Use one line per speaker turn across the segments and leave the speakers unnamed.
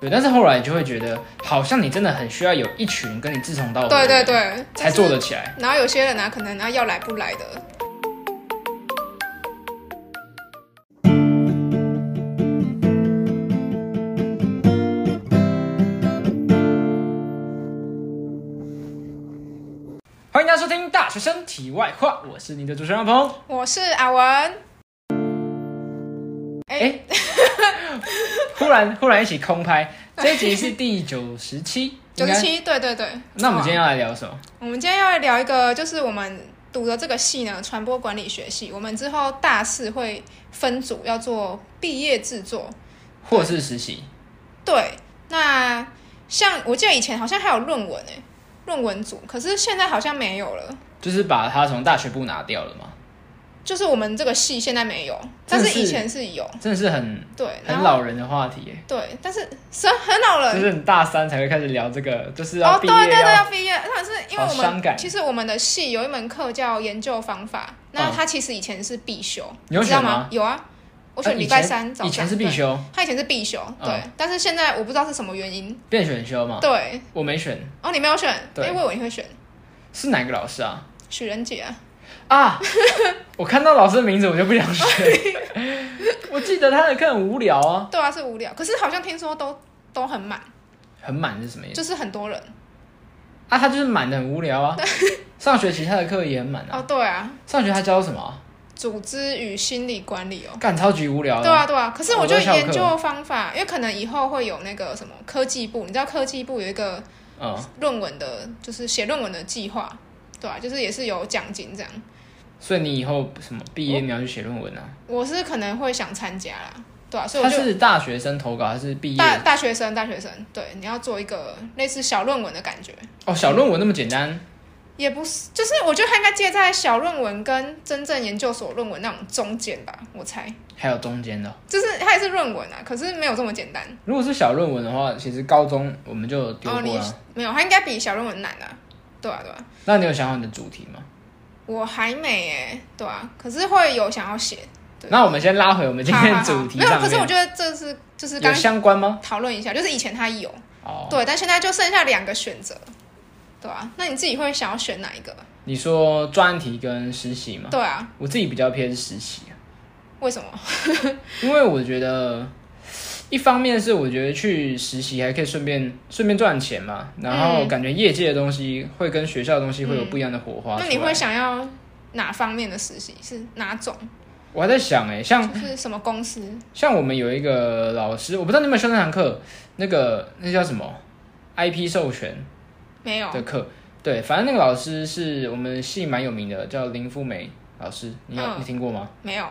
对，但是后来你就会觉得，好像你真的很需要有一群跟你志同道合，
对对，对，
才做得起来。
然后有些人呢、可能啊要来不来的。
欢迎大家收听《大学生题外话》，我是你的主持人阿鹏。
我是阿文，哎、
哎忽然忽然一起空拍，这一集是第九十七，
九
应该。
十七，对对对。
那我们今天
哇
要来聊什么？
我们今天要来聊一个，就是我们读的这个系呢，传播管理学系。我们之后大四会分组要做毕业制作，
或是实习？
对，那像我记得以前好像还有论文诶、论文组，可是现在好像没有了。
就是把它从大学部拿掉了嘛，
就是我们这个系现在没有，但
真的
是
是
以前是有。
真的是很
对，
很
然后
老人的话题耶，
对，但是是很老了。
就是你大三才会开始聊这个，就是要
哦，
毕
对
业啊
对对，要
要
毕业，那是因为
好
我
伤感
们其实我们的系有一门课叫研究方法，那
嗯
它其实以前是必修，
你有
知道
选吗
吗？有啊，我选
呃
礼
以
拜
前
三早上。
以前是必
对，
修，
它以前是必修，
嗯
对，但是现在我不知道是什么原因。
变选修嘛。
对，
我没选，
哦，你没有选，
对
哎，我以为你会选
是哪个老师啊？
许仁杰啊，
啊！ 我看到老师的名字我就不想 选。我记得他的课很无聊啊，
对啊，是无聊，可是好像听说都都很满，
很满是什么意思？
就是很多人。
啊，他就是满的很无聊 啊。上学期他的课也很满啊。
哦，对啊，
上学他教什么啊？
组织与心理管理哦。
干超级无聊的。
对啊，对啊，可是
我
我觉
都
得
翘
研
课
究方法，因为可能以后会有那个什么科技部，你知道科技部有一个
嗯，
论文的，就是写论文的计划，对啊，就是也是有奖金这样。
所以你以后什么毕业你要去写论文啊？
我是可能会想参加啦，对啊，所以
他
我就是
大学生投稿还是毕业？
大大学生，大学生，对，你要做一个类似小论文的感觉，
哦，小论文那么简单，
也不是，就是我觉得它应该介在小论文跟真正研究所论文那种中间吧，我猜，
还有中间的哦。
就是它也是论文啊，可是没有这么简单。
如果是小论文的话，其实高中我们就有丢
哦，
过啊
你
了。
没有，它应该比小论文难啊，对啊，对啊。
那你有想好你的主题吗？
我还没诶、对啊，可是会有想要写。对
那我们先拉回我们今
好
天
好
的
好
主题
没有，
上
可是我
面，
觉得这是就是刚
有相关吗？
讨论一下，就是以前他有，
哦，
对，但现在就剩下两个选择，对啊，那你自己会想要选哪一个？
你说专案题跟实习吗？
对啊，
我自己比较偏实习，
为什么？
因为我觉得一方面是我觉得去实习还可以顺便顺便赚钱嘛，然后
嗯
感觉业界的东西会跟学校的东西会有不一样的火花出
那
来。
你会想要哪方面的实习？是哪种？
我还在想哎、像
就是什么公司？
像我们有一个老师，我不知道你有没有修那堂课，那个那叫什么 IP 授权
没有，
的课，对，反正那个老师是我们系蛮有名的，叫林富美老师，你有、
嗯
你听过吗？
没有，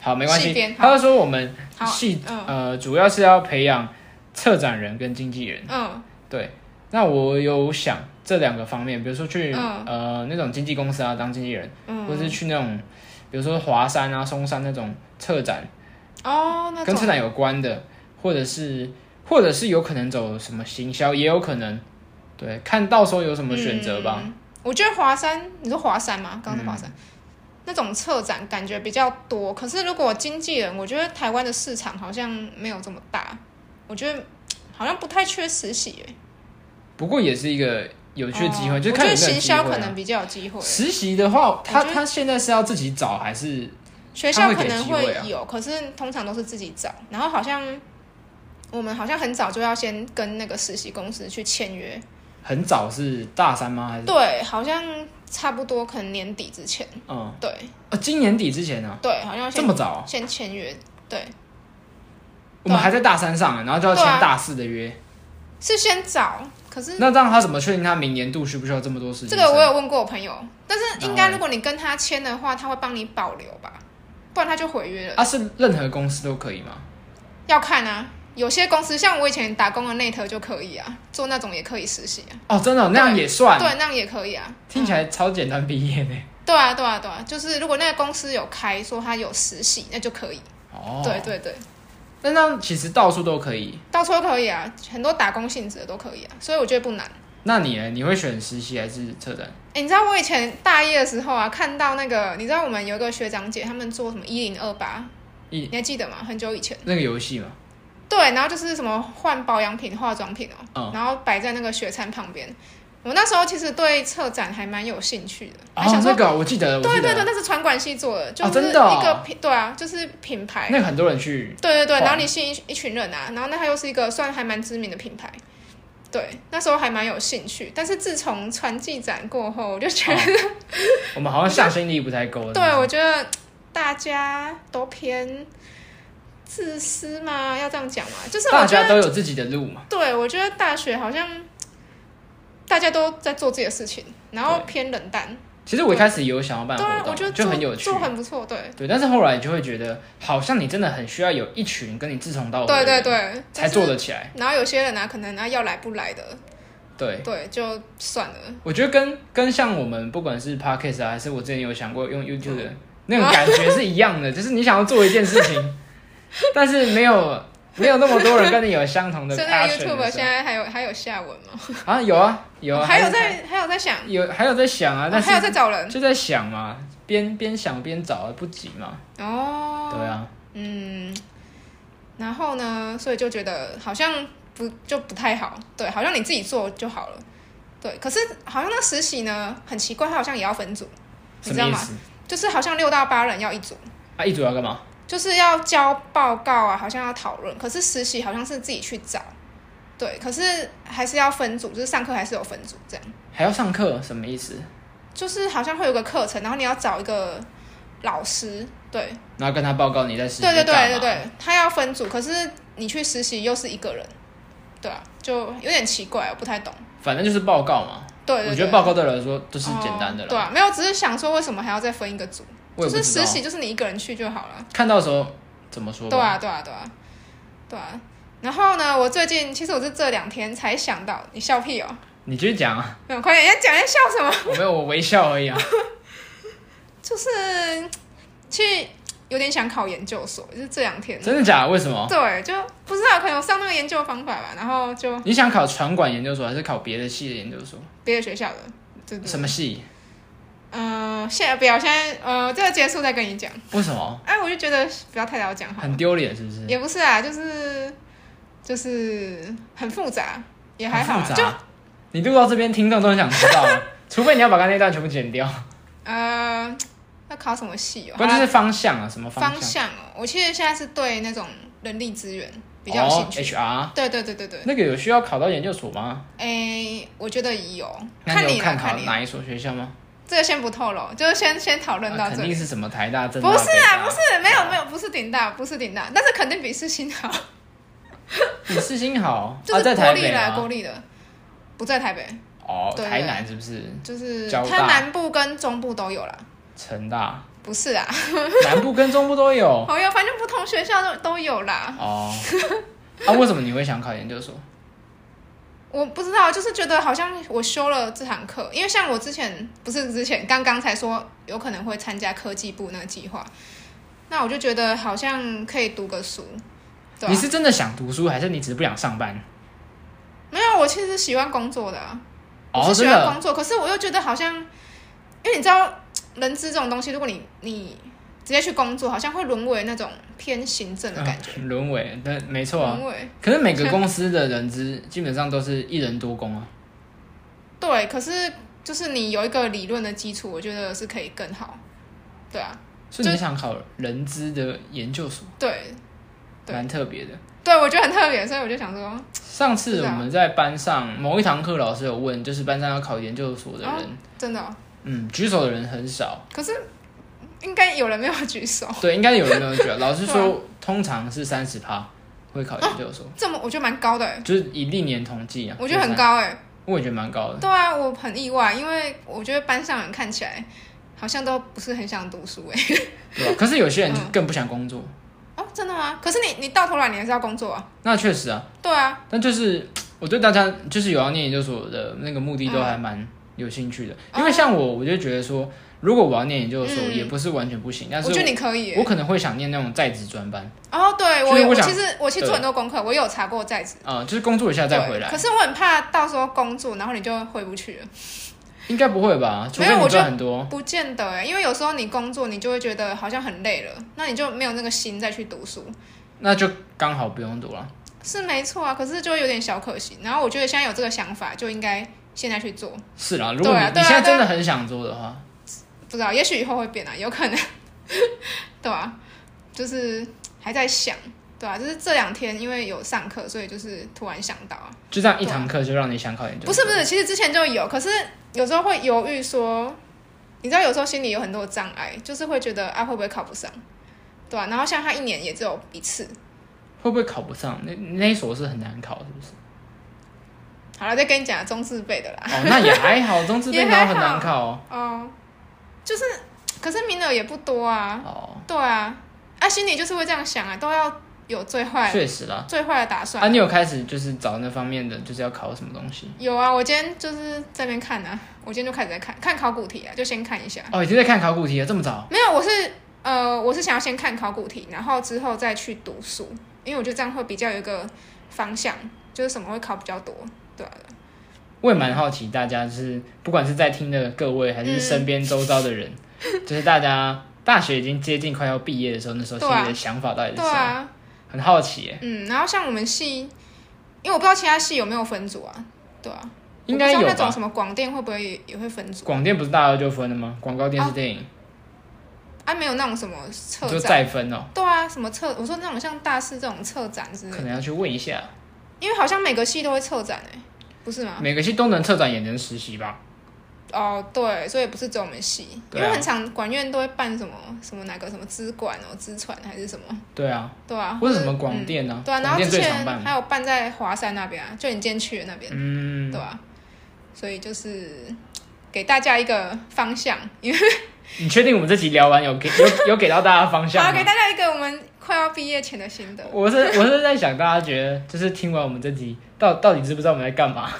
好，没关
系
系
编。
他就说我们
好
系
嗯
呃主要是要培养策展人跟经纪人，
嗯
对。那我有想这两个方面，比如说去、
嗯
呃那种经纪公司啊当经纪人，或
嗯，
是去那种比如说华山啊松山那种策展
哦，那
跟策
种，
展有关的，或者是或者是有可能走什么行销，也有可能，对，看到时候有什么选择吧。
我觉得华山，你说华山吗？刚刚是华山。
嗯
那种策展感觉比较多，可是如果经纪人，我觉得台湾的市场好像没有这么大，我觉得好像不太缺实习耶、
不过也是一个有趣的机会，
哦
就是
我觉
看有没
得
有
行
机会啊、
销可能比较有机会，
实习的话，他
我觉得
他现在是要自己找还是
学校
他
可
会给
能
机
会
会啊
有，可是通常都是自己找。然后好像我们好像很早就要先跟那个实习公司去签约，
很早是大三吗？还是
对，好像差不多可能年底之前，
嗯，
对
呃、今年底之前呢、
对，好像
这
先
么早、啊
先签约，对，啊
我们还在大三上、然后就要签
对啊
大四的约。
是先找，可是。
那让他怎么确定他明年度需不需要这么多事情？
啊这个我有问过我朋友，但
后
是应该
嘞
如果你跟他签的话，他会帮你保留吧，不然他就毁约了。
啊，是任何公司都可以吗？
要看啊，有些公司像我以前打工的 Net 就可以啊，做那种也可以实习啊，
哦，真的哦、那样也算，
对，那样也可以啊。
听起来超简单毕业呢。
对啊，对啊，对啊，就是如果那个公司有开说他有实习，那就可以。
哦，
对，对对，
但那其实到处都可以。
到处都可以啊，很多打工性质的都可以啊，所以我觉得不难。
那你呢？你会选实习还是策展？
哎、你知道我以前大一的时候啊，看到那个，你知道我们有一个学长姐，他们做什么一零二八，
一
你还记得吗？很久以前。
那个游戏嘛，
对，然后就是什么换保养品、化妆品
嗯
哦、然后摆在那个雪餐旁边。我那时候其实对策展还蛮有兴趣的，还
哦
想，说，
那个我记得，我
对
记
对
得，
对，那是传管系做的，就是
真
一
的哦
个品，对啊，就是品牌，
那个很多人去，
对对对，
哇
然后你吸引一一群人啊，然后那它又是一个算还蛮知名的品牌，对，那时候还蛮有兴趣。但是自从传记展过后，我就觉得，
哦 我们好像向心力不太够。
对我觉得大家都偏自私嘛，要这样讲嘛，就是我
大
觉
家
得，
都有自己的路嘛。
对我觉得大学好像大家都在做自己的事情，然后
对
偏冷淡，
其实我一开始也有想要办
对啊，
活
我觉得
动，就
做
很有趣
做。很不错，对，
对，但是后来你就会觉得，好像你真的很需要有一群跟你志同道合的
对
人，
对对，
哦才
就
做
是。
得起来。
然后有些人啊，可能啊要来不来的，
对，
对，就算了。
我觉得跟跟像我们不管是 podcast 啊，还是我之前有想过用 YouTube
嗯
的那种感觉是一样 的，就是你想要做一件事情，但是没有没有那么多人跟你有相同的
所以那个
passion 的
YouTube
时
现在还有还有下文吗？
候啊有啊有啊，
还有
是
在还有在想，
有还有在想啊，
哦
但
还有在
是
找人
就在想嘛，边边想边找啊，不急嘛，
哦。
对啊，
嗯，然后呢，所以就觉得好像不就不太好，对，好像你自己做就好了，对。可是好像那实习呢，很奇怪，它好像也要分组，你
什么
知道
意
吗？
思？
就是好像六到八人要一组，
啊，一组要干嘛？
就是要交报告啊，好像要讨论。可是实习好像是自己去找，对，可是还是要分组，就是上课还是有分组这样。
还要上课？什么意思？
就是好像会有个课程，然后你要找一个老师，对，
然后跟他报告你在实习
对对对
干
对
嘛
对，他要分组，可是你去实习又是一个人，对啊，就有点奇怪，我不太懂。
反正就是报告嘛。
对对对，
我觉得报告对我来说都是简单的
哦
了。
对啊，没有，只是想说为什么还要再分一个组？
我
就
也不
是
知道
实习就是你一个人去就好了。
看到的时候怎么说吧？
对啊，对啊，对啊，对啊。然后呢，我最近其实我是这两天才想到，你笑屁哦，
你继续讲啊，
没有，快点，要讲要笑什么？
我没有，我微笑而已 啊。
就是去有点想考研究所，就是这两天。
真的假的？为什么？
对，就不知道可能我上那个研究方法吧，然后就
你想考传管研究所还是考别的系的研究所？
别的学校的，对对。
什么系？
嗯、现在不要，现在呃，这个结束再跟你讲。
为什么？
哎、我就觉得不要太早讲好了
很丢脸是不是？
也不是啊，就是就是很复杂，也还好
很
啊，
复
就
杂。你录到这边，听众都很想知道 了，除非你要把刚才那段全部剪掉，
啊呃，要考什么系哦？
关键
好
是
啦
方向啊，什么
方
向？
向哦。我其实现在是对那种人力资源比较有兴趣。
哦、
对对对对对
HR，，那个有需要考到研究所吗？
哎、我觉得有，
那
看
你
你
有
啦
看
看
考
你啦，
哪一所学校吗？
这个先不透露，就是先先讨论
啊
到
肯
这里
定。是什么台大、政大、
不是啊，
北大
不是，没有没有，不是顶大，不是顶大，但是肯定比世新好，
比世新好，
就
啊啊、在
是
台
国立
北
啦，
吗
国立的，不在台北，
哦，
对对
台南是不是？
就是
交
它
大
南部跟中部都有啦，
成大，
不是啊，
南部跟中部都有
哦哟，反正不同学校都都有啦，
哦。啊，为什么你会想考研究所？
我不知道，就是觉得好像我修了这堂课，因为像我之前不是之前刚刚才说有可能会参加科技部那个计划，那我就觉得好像可以读个书，对、啊
你，是真的想读书，还是你只是不想上班？
没有，啊我其实喜欢工作的、啊。我
哦，
是喜
真
欢
的
工作，可是我又觉得好像，因为你知道人资这种东西，如果你你直接去工作，好像会沦为那种偏行政的感觉，嗯
嗯沦为，但没错啊
沦。为
可是每个公司的人资基本上都是一人多工啊。
对。可是就是你有一个理论的基础，我觉得是可以更好，对啊，
所以你想考人资的研究所，
对对
蛮特别的。
对，我觉得很特别，所以我就想说，
上次
是
我
啊
们在班上某一堂课，老师有问，就是班上要考研究所的
哦
人，
真的哦、
嗯，举手的人很少。
可是应该有人没有举手，
对，应该有人没有觉得。老师
对
说， 通常是三十趴会考研究所，
这么我觉得蛮高的欸、
就是以历年统计啊，
哦我觉得很
就是
高哎、
三，我也觉得蛮高的。
对啊，我很意外，因为我觉得班上人看起来好像都不是很想读书哎、
对吧？可是有些人就
嗯
更不想工作，
哦，真的吗？可是你你到头来你还是要工作啊。
那确实啊。
对啊，
但就是我对大家就是有要念研究所的那个目的都
嗯
还蛮有兴趣的，因为像我，我就觉得说，如果我要念研究所，
哦嗯
也不是完全不行，但是
我觉得你可以
我
耶。
可能会想念那种在职专班，
哦，对
其
我
实
有，
我
我
想
其实我去做很多功课，我有查过在职，
啊，就是工作一下再回
对可
来，
是我很怕到时候工作，然后你就回不去了，
应该不会吧？除非
没有
你
我觉
赚
得
很多，
不见得哎，因为有时候你工作，你就会觉得好像很累了，那你就没有那个心再去读书。
那就刚好不用读了。
是没错啊，可是就会有点小可惜。然后我觉得现在有这个想法，就应该现在去做。
是啦，如果你、
对啊
你
对啊
现在
对啊
真的很想做的话，
不知道，也许以后会变啊，有可能，对啊，就是还在想，对啊，就是这两天因为有上课，所以就是突然想到啊，
就这样一堂课就让你想考研究
不
所，
是不是，其实之前就有，可是有时候会犹豫说，你知道有时候心里有很多障碍，就是会觉得啊会不会考不上，对啊，然后像他一年也只有一次，
会不会考不上？那那一所是很难考，是不是？
好了，再跟你讲中字辈的啦，
哦，那也还 好，中字
也
辈
还
哪有
好
很难考哦。
哦，就是，可是名额也不多啊，
哦，
对啊，啊心里就是会这样想啊，都要有最坏
确实啦。
最坏的打算
啊，你有开始就是找那方面的，就是要考什么东西？
有啊，我今天就是在那边看啊，我今天就开始在看看考古题啊，就先看一下。
哦，已经在看考古题了，这么早？
没有，我是呃，我是想要先看考古题，然后之后再去读书，因为我觉得这样会比较有一个方向，就是什么会考比较多，对啊。
我也蛮好奇，大家就是不管是在听的各位，还是身边周遭的人， 就是大家大学已经接近快要毕业的时候，那时候心
对啊
里的想法到底是什
对
么？
啊，
很好奇耶，
嗯，然后像我们系，因为我不知道其他系有没有分组啊，对啊，
应该
我不知
有
道那种
吧？
什么广电会不会也也会分组
广电不是大二就分了吗？广告
哦
电视电影、
啊？没有那种什么策
就
展，
再分哦，
对啊，什么策，我说那种像大四这种策展之类
可
的，
能要去问一下。
因为好像每个系都会策展诶、欸不是吗？
每个系都能策展也能实习吧？
哦，对，所以不是只有我们系，因
对啊
为很常管院都会办什么什么哪个什么资管哦、资传还是什么，
对啊，
对啊，
为
者
什么广电呢、
对啊，然
广
后
电
之
最常
前
办。
还有办在华山那边啊，就你今天去的那边，
嗯，
对啊，所以就是给大家一个方向，因为
你确定我们这集聊完有给 有有给到大家方向啊
好
吗？
给大家一个我们快要毕业前的心得，
我是我是在想，大家觉得就是听完我们这集，到到底知不知道我们在干 嘛？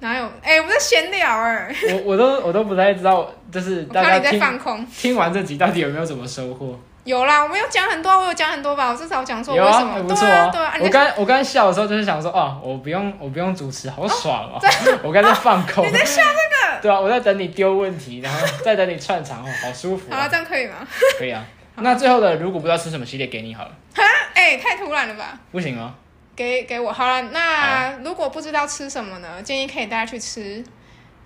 哪有？哎、我们在闲聊哎、
我我都我都不太知道，就是
我
大
看
家
到你在
听
放空。
听完这集到底有没有什么收获？
有啦，我们有讲很多，我有讲很多吧，我至少讲说
有
为什
啊，
么，
很不
对
错
啊，对啊，你
我
在
刚我刚笑的时候就是想说，哦，我不用我不用主持，好爽 哦！ 我刚在放空。你在笑这个？ 对啊，我在等你丢问题，然后再等你串场，哦，好舒服
好了，
啊！
这样可以吗？
可以啊。那最后的，如果不知道吃什么系列，给你好了，
哎、太突然了吧。
不行哦。
给给我好了。
啊
那如果不知道吃什么呢？建议可以大家去吃，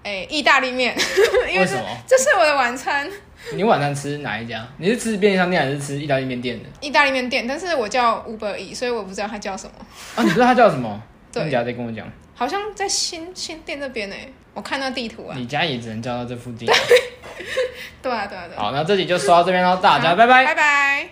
哎、意大利面， 因
为
这
什么？
这是我的晚餐，
你晚上吃哪一家？你是吃便利商店还是吃意大利面店的？
意大利面店，但是我叫 Uber E，所以我不知道它叫什么，
啊，你不知道它叫什么？
对
那你等一下再跟我讲。
好像在新新店这边呢、我看到地图啊，
你家也只能叫到这附近。
对啊对啊对啊，
好，那这集就说到这边喽，大家拜拜。
拜拜。